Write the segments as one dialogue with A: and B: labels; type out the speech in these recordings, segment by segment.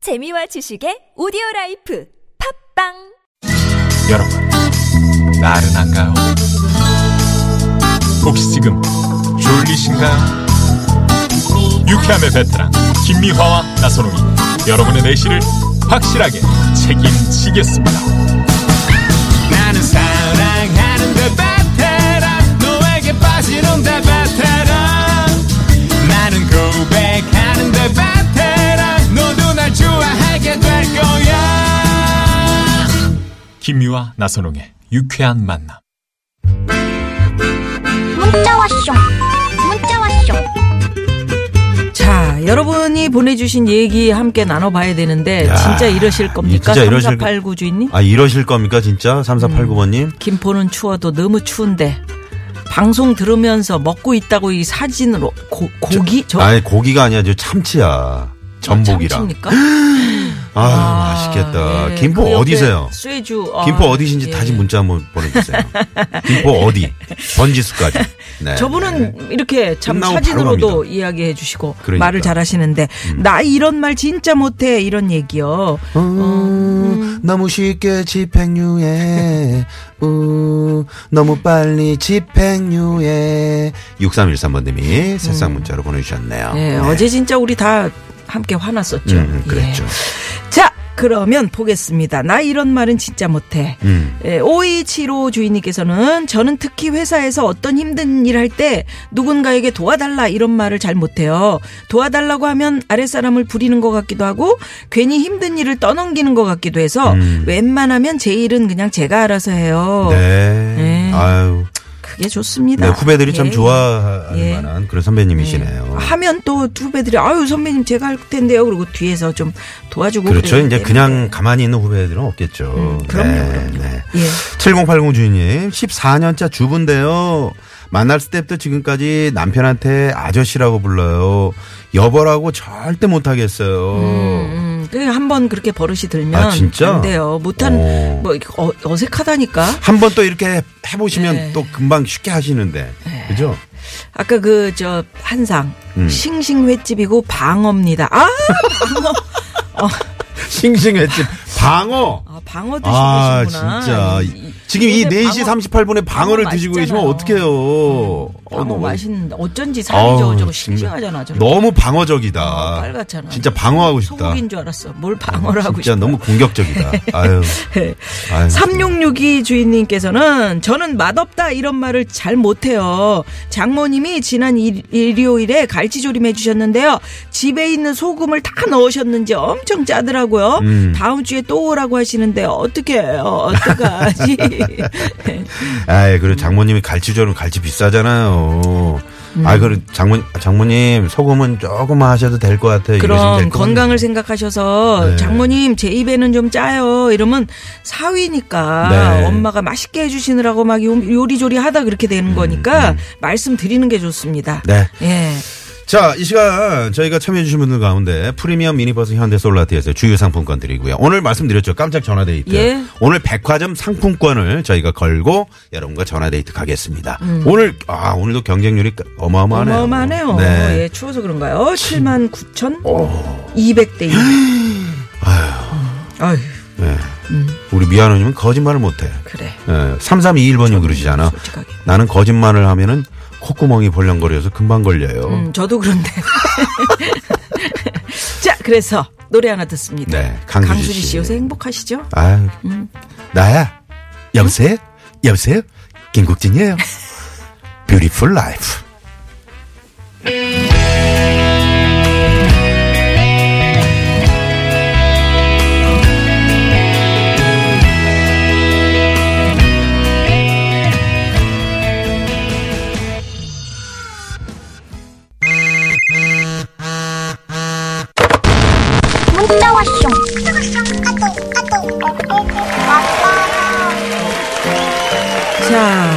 A: 재미와 지식의 오디오 라이프 팝빵
B: 여러분, 나른한가요? 혹시 지금 졸리신가요? 유쾌함의 베테랑 김미화와 나선홍이 여러분의 내실을 확실하게 책임지겠습니다.
C: 나는 사랑하는데 베테랑 너에게 빠지는데 베테랑 나는 고백하는데 베테랑 너도 날 좋아하게 될 거야
B: 김미화 나선홍의 유쾌한 만남.
D: 문자 왔쇼 문자 왔쇼
E: 자, 여러분이 보내주신 얘기 함께 나눠봐야 되는데
F: 야,
E: 진짜 이러실 겁니까?
F: 진짜 이러실
E: 3489 주인님?
F: 아 이러실 겁니까 진짜 3489번님
E: 음. 김포는 추워도 너무 추운데 방송 들으면서 먹고 있다고 이 사진으로 고, 고기? 저,
F: 아니 고기가 아니야 저 참치야 전복이랑
E: 참치입니까?
F: 아, 맛있겠다
E: 예,
F: 김포
E: 그 옆에
F: 어디세요
E: 쇠주. 아,
F: 김포 어디신지
E: 예.
F: 다시 문자 한번 보내주세요 김포 어디 번지수까지 네.
E: 저분은 이렇게 참
F: 끝나고 바로
E: 사진으로도
F: 갑니다.
E: 이야기해 주시고
F: 그러니까. 음.
E: 말을 잘 하시는데 나 이런 말 진짜 못해 이런 얘기요.
F: 어,
E: 어.
G: 음, 너무 쉽게 집행유예. 우, 너무 빨리 집행유예.
F: 6313번님이 새싹 문자로 보내주셨네요
E: 예,
F: 네.
E: 음. 어제 진짜 우리 다 함께 화났었죠.
F: 음, 음, 그랬죠
E: 예. 자, 그러면 보겠습니다. 나 이런 말은 진짜 못해.
F: 음.
E: 예, 5275 주인님께서는 저는 특히 회사에서 어떤 힘든 일 할 때 누군가에게 도와달라 이런 말을 잘 못해요. 도와달라고 하면 아랫사람을 부리는 것 같기도 하고 괜히 힘든 일을 떠넘기는 것 같기도 해서 웬만하면 제 일은 그냥 제가 알아서 해요.
F: 음. 네.
E: 예.
F: 아유
E: 그게 좋습니다.
F: 네, 후배들이
E: 예.
F: 참 좋아할
E: 예.
F: 만한 그런 선배님이시네요
E: 하면 또 후배들이 아유 선배님 제가 할 텐데요. 그리고 뒤에서 좀 도와주고
F: 그렇죠
E: 뭐 그래야
F: 이제
E: 되는데.
F: 그냥 가만히 있는 후배들은 없겠죠
E: 예. 음, 그럼요,
F: 그럼요 네.
E: 예.
F: 7080 주인님, 14년차 주부인데요. 만날 때부터 지금까지 남편한테 아저씨라고 불러요. 여보라고 절대 못하겠어요.
E: 음. 한번 그렇게 버릇이 들면
F: 아, 진짜?
E: 안 돼요. 못한
F: 오.
E: 뭐 이렇게 어, 어색하다니까.
F: 한 번 또 이렇게 해보시면
E: 네.
F: 또 금방 쉽게 하시는데.
E: 예.
F: 그죠?
E: 아까 그 저 한상
F: 음.
E: 싱싱 횟집이고 방어입니다. 아 방어. 어,
F: 싱싱했지. 방어!
E: 아, 방어 드시고
F: 아,
E: 계시구나.
F: 진짜.
E: 이- 이-
F: 지금 이
E: 요새
F: 4시
E: 방어-
F: 38분에 방어를
E: 방어
F: 드시고
E: 맛있잖아요. 음.
F: 계시면 어떡해요. 어,
E: 방어
F: 너무-
E: 맛있는데 어쩐지
F: 아우,
E: 살이 저거 저거
F: 정말.
E: 싱싱하잖아. 저거.
F: 너무 방어적이다.
E: 빨갛잖아.
F: 진짜 방어하고 싶다. 아,
E: 소고기인 줄 알았어. 뭘 방어를 하고 네.
F: 진짜
E: 싶어.
F: 너무 공격적이다. 아유. 아유,
E: 3662 주인님께서는 저는 맛없다 이런 말을 잘 못해요. 장모님이 지난 일, 일요일에 갈치조림 해주셨는데요. 집에 있는 소금을 다 넣으셨는지 엄청 짜더라고요. 다음 주에 또 오라고 하시는데 어떻게 해요? 어떡하지?
F: 아이, 그리고 장모님이 갈치조림 갈치 비싸잖아요.
E: 음.
F: 아이, 그리고 장모님, 장모님, 소금은 조금만 하셔도 될 것 같아요. 이러시면
E: 그럼
F: 될것
E: 건강을
F: 같네요.
E: 생각하셔서
F: 네.
E: 장모님 제 입에는 좀 짜요. 이러면 사위니까
F: 네.
E: 엄마가 맛있게 해주시느라고 막 요- 요리조리 하다 그렇게 되는 거니까 말씀드리는 게 좋습니다.
F: 음, 네.
E: 예.
F: 자, 이 시간 저희가 참여해주신 분들 가운데 프리미엄 미니버스 현대 솔라티에서 주유 상품권 드리고요. 오늘 말씀드렸죠. 깜짝 전화데이트.
E: 예.
F: 오늘 백화점 상품권을 저희가 걸고 여러분과 전화데이트 가겠습니다. 오늘, 아, 오늘도 경쟁률이 어마어마하네요.
E: 어마어마하네요.
F: 네. 어.
E: 예, 추워서 그런가요? 7만 9천 200대 2. 어, 아휴.
F: 네. 우리 미아노님은 거짓말을 못해.
E: 그래.
F: 예, 3321번님 그러시잖아.
E: 솔직하게.
F: 나는 거짓말을 하면은 콧구멍이 벌렁거려서 금방 걸려요.
E: 음, 저도 그런데. 자, 그래서 노래 하나 듣습니다.
F: 네, 강수지
E: 씨
F: 씨.
E: 요새 행복하시죠?
F: 아, 나야. 여보세요? 여보세요? 김국진이에요. 뷰티풀 라이프.
D: 문자 왔쇼 까똑 까똑
E: 자,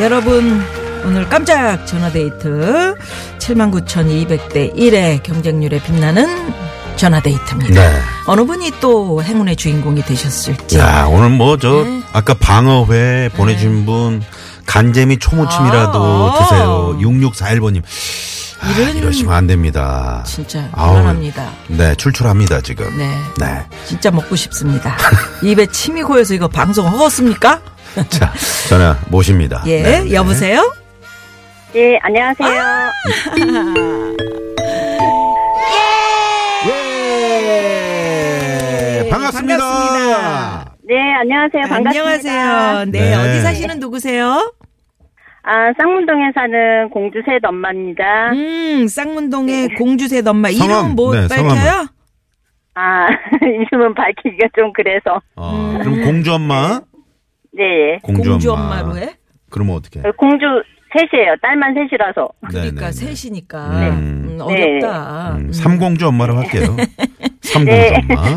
E: 여러분 오늘 깜짝 전화 데이트 79,200대 1의 경쟁률에 빛나는 전화 데이트입니다.
F: 네.
E: 어느 분이 또 행운의 주인공이 되셨을지.
F: 야, 오늘 뭐 저
E: 예.
F: 아까 방어회 보내준 분 간재미 초무침이라도
E: 아.
F: 드세요. 6641번님. 아,
E: 이런
F: 이러시면 안 됩니다.
E: 진짜
F: 아우,
E: 불안합니다.
F: 네, 출출합니다, 지금.
E: 네.
F: 네.
E: 진짜 먹고 싶습니다. 입에 침이 고여서 이거 방송 허겄습니까?
F: 네. 자, 전화 모십니다.
E: 예,
F: 네, 네.
E: 여보세요?
H: 예, 안녕하세요.
F: 예! 반갑습니다.
E: 반갑습니다.
H: 네, 안녕하세요. 반갑습니다.
E: 아, 안녕하세요. 네,
F: 네.
E: 어디 사시는 누구세요?
H: 아, 쌍문동에 사는 공주셋 엄마입니다.
E: 음, 쌍문동의
H: 네.
E: 공주셋 엄마. 이름
F: 성함,
E: 못
F: 네,
E: 밝혀요?
F: 성함은.
H: 아, 이름은 밝히기가 좀 그래서.
F: 어, 그럼 공주 엄마?
H: 네, 예.
F: 공주,
E: 음. 공주
F: 엄마. 네,
E: 엄마로 해?
F: 그러면 어떻게?
H: 어, 공주 셋이에요. 딸만 셋이라서.
E: 그러니까 셋이니까
H: 네.
E: 음,
F: 음.
E: 어렵다.
F: 네, 음, 삼공주 엄마로 할게요. 삼공주 엄마. 네.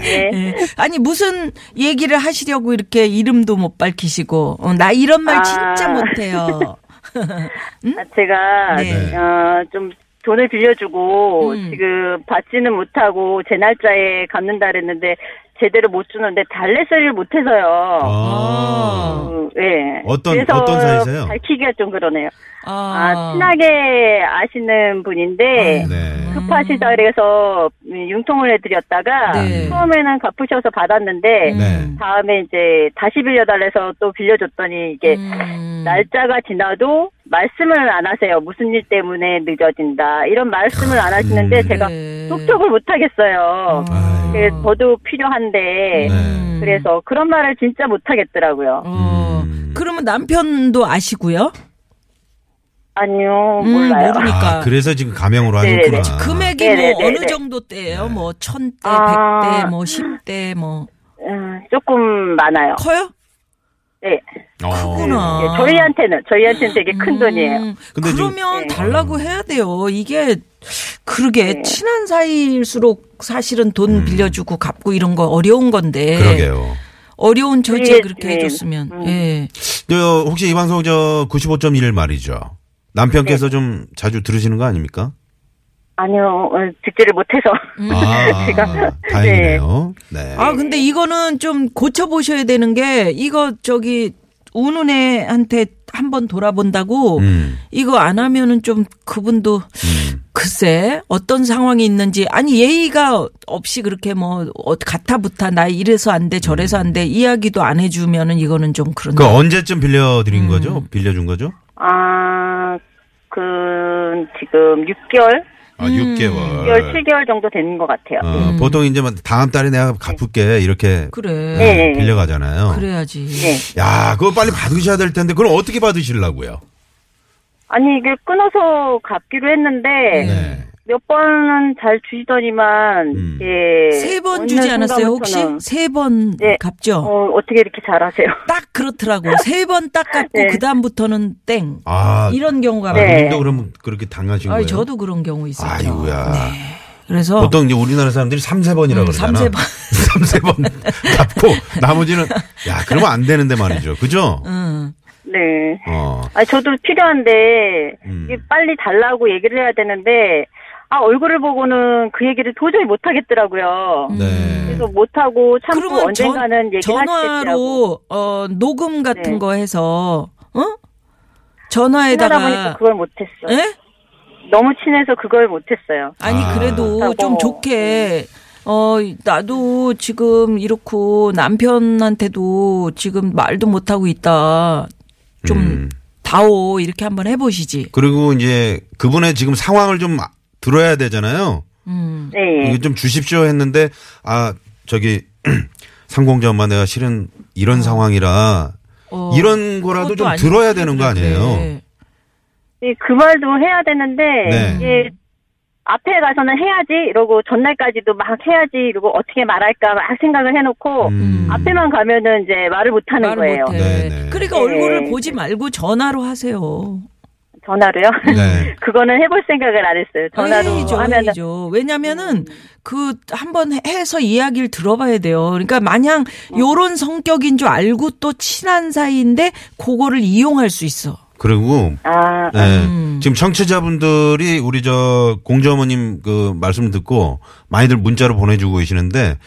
H: 네.
E: 예. 아니 무슨 얘기를 하시려고 이렇게 이름도 못 밝히시고 어, 나 이런 말
H: 아.
E: 진짜 못해요.
H: 아, 제가,
E: 네.
H: 어, 좀 돈을 빌려주고,
E: 음.
H: 지금 받지는 못하고, 제 날짜에 갚는다 그랬는데, 제대로 못 주는데, 달래 소리를 못해서요.
F: 아.
H: 어, 예.
F: 어떤-
H: 그래서
F: 어떤 사이세요?
H: 밝히기가 좀 그러네요. 아, 친하게 아시는 분인데,
F: 네.
H: 급하시다 그래서 음, 융통을 해드렸다가
E: 음. 네.
H: 처음에는 갚으셔서 받았는데
F: 네.
H: 다음에 이제 다시 빌려달래서 또 빌려줬더니 이게
E: 음.
H: 날짜가 지나도 말씀을 안 하세요. 무슨 일 때문에 늦어진다 이런 말씀을 안 하시는데 제가
E: 네.
H: 속촉을 못 하겠어요.
F: 아이고.
H: 그게 저도 필요한데
E: 음.
F: 네.
H: 그래서 그런 말을 진짜 못 하겠더라고요.
E: 어,
F: 음.
E: 그러면 남편도 아시고요?
H: 아니요
E: 음,
H: 몰라요.
E: 모르니까.
F: 아, 그래서 지금 가명으로
H: 네,
F: 하셨구나.
E: 금액이
H: 네네네,
E: 뭐 어느
H: 네.
E: 정도 대예요? 뭐 천 대,
H: 아.
E: 백 대, 뭐 십 대, 뭐
H: 음, 조금 많아요.
E: 커요?
H: 네.
E: 크구나.
H: 예, 저희한테는 저희한테는 되게 큰 돈이에요.
E: 음,
F: 근데 지금-
E: 그러면
H: 네.
E: 달라고 해야 돼요. 이게 그러게
H: 네.
E: 친한 사이일수록 사실은 돈 빌려주고 갚고 이런 거 어려운 건데
F: 음. 그러게요.
E: 어려운 처지에
H: 네,
E: 그렇게
H: 네.
E: 해줬으면
H: 음.
E: 예.
F: 저 혹시 이 방송 저 95.1 말이죠. 남편께서 좀 자주 들으시는 거 아닙니까?
H: 아니요, 어, 듣지를 못해서.
E: 음.
F: 아,
H: 제가-
F: 다행이네요. 네.
E: 아 근데 이거는 좀 고쳐 보셔야 되는 게 이거 저기 우는 애한테 한번 돌아본다고
F: 음.
E: 이거 안 하면은 좀 그분도 글쎄 어떤 상황이 있는지 아니 예의가 없이 그렇게 뭐 어, 가타부타 나 이래서 안 돼 저래서 안 돼 이야기도 안 해주면은 이거는 좀
F: 그
E: 그런데
F: 언제쯤
E: 음.
F: 빌려드린 거죠? 빌려준 거죠?
H: 아, 그, 지금 6개월?
F: 아,
E: 음.
F: 6개월.
H: 6개월, 7개월 정도 되는 것 같아요.
F: 어, 보통 이제 막 다음 달에 내가 갚을게 이렇게
E: 그래
F: 네, 빌려가잖아요.
E: 그래야지
H: 네. 예.
F: 야, 그거 빨리 받으셔야 될 텐데 그걸 어떻게 받으시려고요?
H: 아니, 이게 끊어서 갚기로 했는데,
F: 네.
H: 몇 번은 잘 주시더니만,
F: 음.
H: 예.
E: 세 번
H: 어느
E: 주지 않았어요 혹시
H: 순간부터는,
E: 세 번
H: 네.
E: 갚죠
H: 어, 어떻게 이렇게 잘하세요?
E: 딱 그렇더라고 세 번 딱 갚고
H: 네.
E: 그 다음부터는 땡
F: 아,
E: 이런 경우가 많아요.
H: 네.
F: 남편도 그러면 그렇게 당하신
E: 아
F: 거예요?
E: 저도 네. 그런 경우 있었죠
F: 아이고야.
E: 그래서
F: 보통 이제 우리나라 사람들이 삼세 번이라고
E: 어. 음,
F: 그러잖아.
E: 삼세 번.
F: 삼세 번 갚고 나머지는 야, 그러면 안 되는데 말이죠. 그죠?
E: 음.
H: 네.
F: 어.
H: 아, 저도 필요한데,
F: 음.
H: 이게 빨리 달라고 얘기를 해야 되는데, 아, 얼굴을 보고는 그 얘기를 도저히 못 하겠더라고요.
E: 음.
F: 네.
H: 그래서 못하고 참고
E: 그러면 전-
H: 언젠가는 얘기를 하시겠더라고.
E: 전화로 어 녹음 같은
H: 네.
E: 거 해서 어
H: 친하다보니까
E: 전화에다가
H: 그걸 못했어요.
E: 예?
H: 너무 친해서 그걸 못했어요.
E: 아니
F: 아.
E: 그래도
H: 하고.
E: 좀 좋게 어 나도 지금 이렇고 남편한테도 지금 말도 못 하고 있다 좀
F: 음.
E: 다오 이렇게 한번 해보시지
F: 그리고 이제 그분의 지금 상황을 좀 들어야 되잖아요.
E: 음.
H: 네.
F: 이거 좀 주십시오 했는데 아 저기 상공자 엄마 내가 실은 이런 상황이라
E: 어,
F: 이런 거라도 좀
E: 그것도 네.
F: 들어야 되는 거
E: 그래.
F: 아니에요?
H: 예, 그 말도 해야 되는데
F: 네.
H: 이게 앞에 가서는 해야지 이러고 전날까지도 막 해야지 이러고 어떻게 말할까 막 생각을 해놓고
F: 음.
H: 앞에만 가면은 이제 말을 못하는
E: 말을
H: 거예요.
E: 못해
F: 네네.
E: 그러니까
H: 네.
E: 얼굴을 보지 말고 전화로 하세요
H: 전화로요?
F: 네.
H: 그거는 해볼 생각을 안 했어요. 전화로
E: 회의죠,
H: 하면은
E: 회의죠. 왜냐면은 그 한번 해서 이야기를 들어봐야 돼요. 그러니까 마냥
H: 어.
E: 요런 성격인 줄 알고 또 친한 사이인데 그거를 이용할 수 있어.
F: 그리고
H: 아
F: 네.
E: 음.
F: 지금 청취자분들이 우리 저 공주 어머님 그 말씀 듣고 많이들 문자로 보내주고 계시는데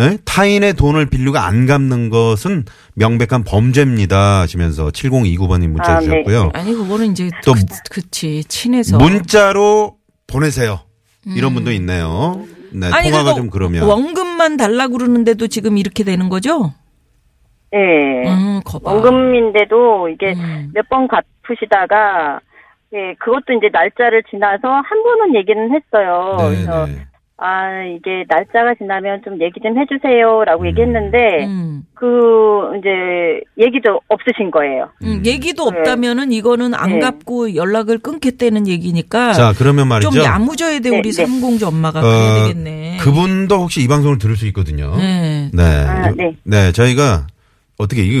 F: 예? 타인의 돈을 빌리가 안 갚는 것은 명백한 범죄입니다. 하시면서 7029번님 문자
H: 아, 네.
F: 주셨고요.
E: 아니 그거는 이제
F: 또
E: 그, 치 친해서 음.
F: 문자로 보내세요. 이런 분도 있네요. 네, 통화가
E: 그거
F: 좀 그러면.
E: 원금만 달라고 그러는데도 지금 이렇게 되는 거죠?
H: 예.
E: 음, 거봐.
H: 원금인데도 이게
E: 음.
H: 몇 번 갚으시다가 예, 그것도 이제 날짜를 지나서 한 번은 얘기는 했어요.
E: 뭐
H: 그래서
F: 네.
H: 아 이게 날짜가 지나면 좀 얘기 좀 해주세요라고 얘기했는데
E: 음.
H: 그 이제 얘기도 없으신 거예요.
E: 음, 얘기도 없다면은 이거는 안
H: 네.
E: 갚고 연락을 끊겠다는 얘기니까
F: 자, 그러면 말이죠.
E: 좀 야무져야 돼
H: 네,
E: 우리
H: 네.
E: 삼공주 엄마가
F: 어,
E: 그래야 되겠네.
F: 그분도 혹시 이 방송을 들을 수 있거든요.
E: 네.
F: 네.
H: 아,
F: 요-
H: 네.
F: 네, 저희가 어떻게 이게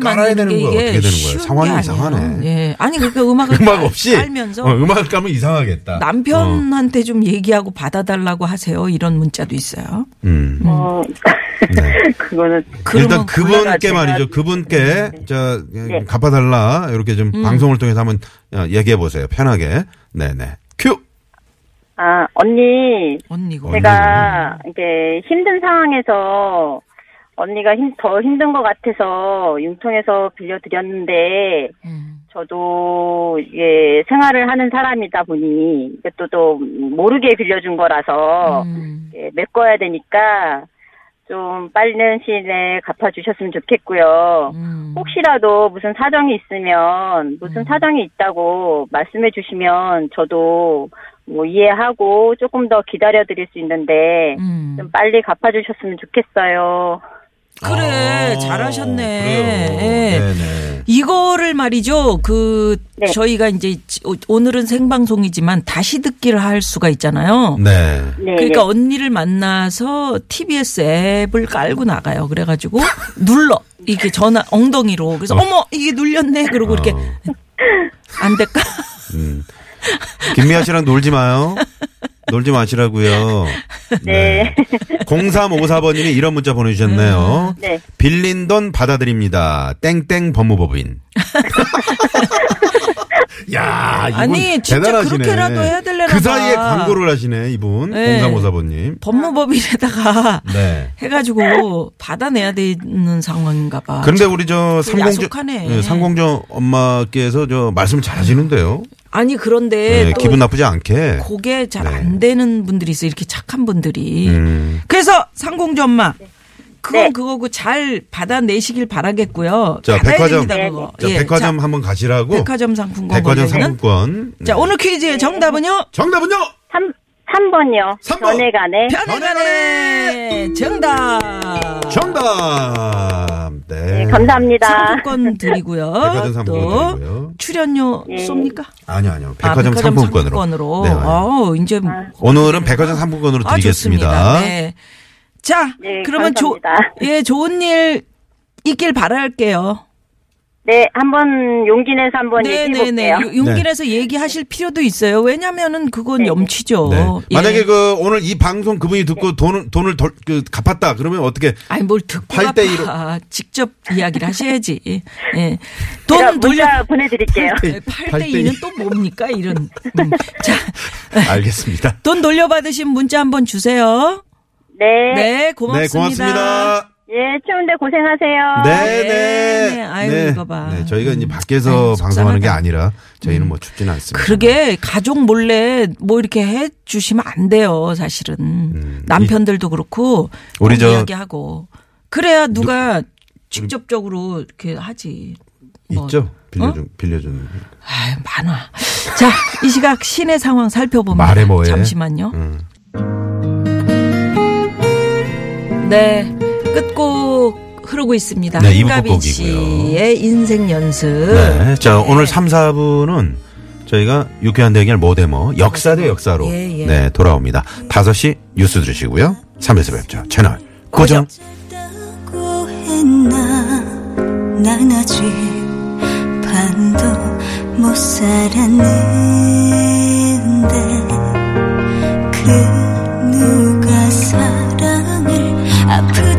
E: 돈을
F: 깔아야 되는
E: 만드는 게
F: 거예요? 어떻게
E: 이게
F: 되는
E: 쉬운
F: 거예요?
E: 게
F: 상황이
E: 아니에요.
F: 이상하네.
E: 예. 아니 그러니까 음악을
F: 음악
E: 깔-
F: 없이
E: 깔면서
F: 어, 음악을 까면 이상하겠다. 어,
E: 남편한테 좀 얘기하고 받아달라고 하세요. 이런 문자도 있어요.
F: 음.
H: 어
E: 네.
H: 그거는
F: 일단
E: 뭐 그러면
F: 그분께
H: 곤란하지.
F: 말이죠. 그분께 자
H: 네.
F: 갚아달라 이렇게 좀
E: 음.
F: 방송을 통해서 한번 어, 얘기해 보세요. 편하게. 네네. 큐.
H: 아 언니
E: 언니고.
F: 언니.
H: 제가 이게 힘든 상황에서 언니가 힘, 더 힘든 것 같아서 융통해서 빌려드렸는데
E: 음.
H: 저도 예 생활을 하는 사람이다 보니 이것도 또 모르게 빌려준 거라서
E: 음.
H: 예, 메꿔야 되니까 좀 빠른 시일 내에 갚아주셨으면 좋겠고요.
E: 음.
H: 혹시라도 무슨 사정이 있으면 무슨 사정이 있다고 말씀해 주시면 저도 뭐 이해하고 조금 더 기다려 드릴 수 있는데
E: 음.
H: 좀 빨리 갚아 주셨으면 좋겠어요.
E: 그래,
F: 아,
E: 잘하셨네.
F: 그래요.
E: 예.
F: 네네.
E: 이거를 말이죠. 그
H: 네.
E: 저희가 이제 지- 오- 오늘은 생방송이지만 다시 듣기를 할 수가 있잖아요.
F: 네.
H: 네.
E: 그러니까 언니를 만나서 TBS 앱을 깔고 나가요. 그래가지고 눌러 이게 전화 엉덩이로 그래서 어. 머 이게 눌렸네 그러고
F: 어.
E: 이렇게 안 될까?
F: 음. 김미아 씨랑 놀지 마요. 놀지 마시라고요.
H: 네.
F: 0354번님이 이런 문자 보내주셨네요.
E: 음,
H: 네. 네.
F: 빌린 돈 받아드립니다. 땡땡 법무법인. 야, 이분
E: 아니, 진짜
F: 대단하시네.
E: 그렇게라도 해야 될래나
F: 그 사이에
E: 봐.
F: 광고를 하시네, 이분.
E: 네.
F: 0354번님.
E: 법무법인에다가
F: 네.
E: 해가지고 받아내야 되는 상황인가 봐.
F: 그런데 우리 저
E: 그
F: 상공조
E: 아, 야속하네.
F: 예, 상공조 엄마께서 저 말씀 잘하시는데요.
E: 아니 그런데
F: 예,
E: 또
F: 기분 나쁘지 않게.
E: 그게 잘 안
F: 네.
E: 되는 분들이 있어 요 이렇게 착한 분들이.
F: 음.
E: 그래서 상공주 엄마. 그건
H: 네.
E: 그거고 잘 받아내시길 바라겠고요.
F: 자,
E: 받아야
F: 백화점.
E: 됩니다, 그거.
F: 자,
E: 예,
F: 백화점
E: 자,
F: 한번 가시라고.
E: 백화점 상품권.
F: 백화점
E: 걸려 있는.
F: 상품권. 네.
E: 자, 오늘
H: 네.
E: 퀴즈의 정답은요?
F: 정답은요?
H: 3 3번요.
F: 삼 번.
H: 전해간에
E: 편안하네. 정답.
F: 정답. 네.
H: 네, 감사합니다.
E: 상품권 드리고요.
F: 백화점 상품권
E: 또
F: 드리고요.
E: 출연료
H: 아. 예.
E: 쏩니까?
F: 아니요, 아니요.
E: 아,
F: 백화점, 상품권으로.
E: 상품권으로.
F: 네, 네.
E: 어, 이제
H: 아.
F: 오늘은 백화점 상품권으로
E: 아,
F: 드리겠습니다.
E: 좋습니다. 네. 자,
H: 네,
E: 그러면 조,
H: 감사합니다.
E: 예, 좋은 일 있길 바랄게요.
H: 네, 한번 용기 내서 한번 얘기해
E: 네네네.
H: 볼게요.
E: 용기 내서 얘기하실 필요도 있어요. 왜냐면은 그건 염치죠.
F: 네.
E: 예.
F: 만약에 그 오늘 이 방송 그분이 듣고 돈을 돈을 덜, 그 갚았다 그러면 어떻게
E: 아니 뭘 듣고
F: 팔대 일로.
E: 아 직접 이야기를 하셔야지. 예.
H: 제가
E: 돈 돌려
H: 문자 보내 드릴게요.
E: 네, 8대 2는 또 뭡니까 이런. 음. 자,
F: 알겠습니다. 네,
E: 돈 돌려받으신 문자 한번 주세요.
H: 네.
E: 네, 고맙습니다.
F: 네, 고맙습니다.
H: 예, 추운데 고생하세요.
F: 네,
E: 네,
F: 네.
E: 네. 아유, 이거 봐.
F: 네, 저희가 이제
E: 음.
F: 밖에서
E: 아유,
F: 방송하는 게
E: 속상하다. 음.
F: 아니라 저희는 뭐 춥지는 않습니다.
E: 그러게 가족 몰래 뭐 이렇게 해 주시면 안 돼요, 사실은. 남편들도 그렇고
F: 음, 우리
E: 꼭
F: 저- 음.
E: 이야기하고 그래야 누가 직접적으로 이렇게 하지. 뭐.
F: 있죠? 빌려준, 빌려준.
E: 아유, 많아. 자, 이 시각 시내 상황 살펴봅니다.
F: 말해 뭐해.
E: 잠시만요.
F: 음.
E: 네. 끝곡 흐르고 있습니다.
F: 네, 이부
E: 한가빈
F: 끝곡이고요.
E: 씨의 인생 연습.
F: 네. 자, 오늘 3, 4부는 저희가 유쾌한 뭐 대결 모데모 역사 대 역사로
E: 예, 예.
F: 네, 돌아옵니다. 5시 뉴스 들으시고요. 3에서 뵙죠. 채널 고정.
I: 어쩌다고 했나 난 아직 반도 못 살았는데 그 누가 사랑을 아프다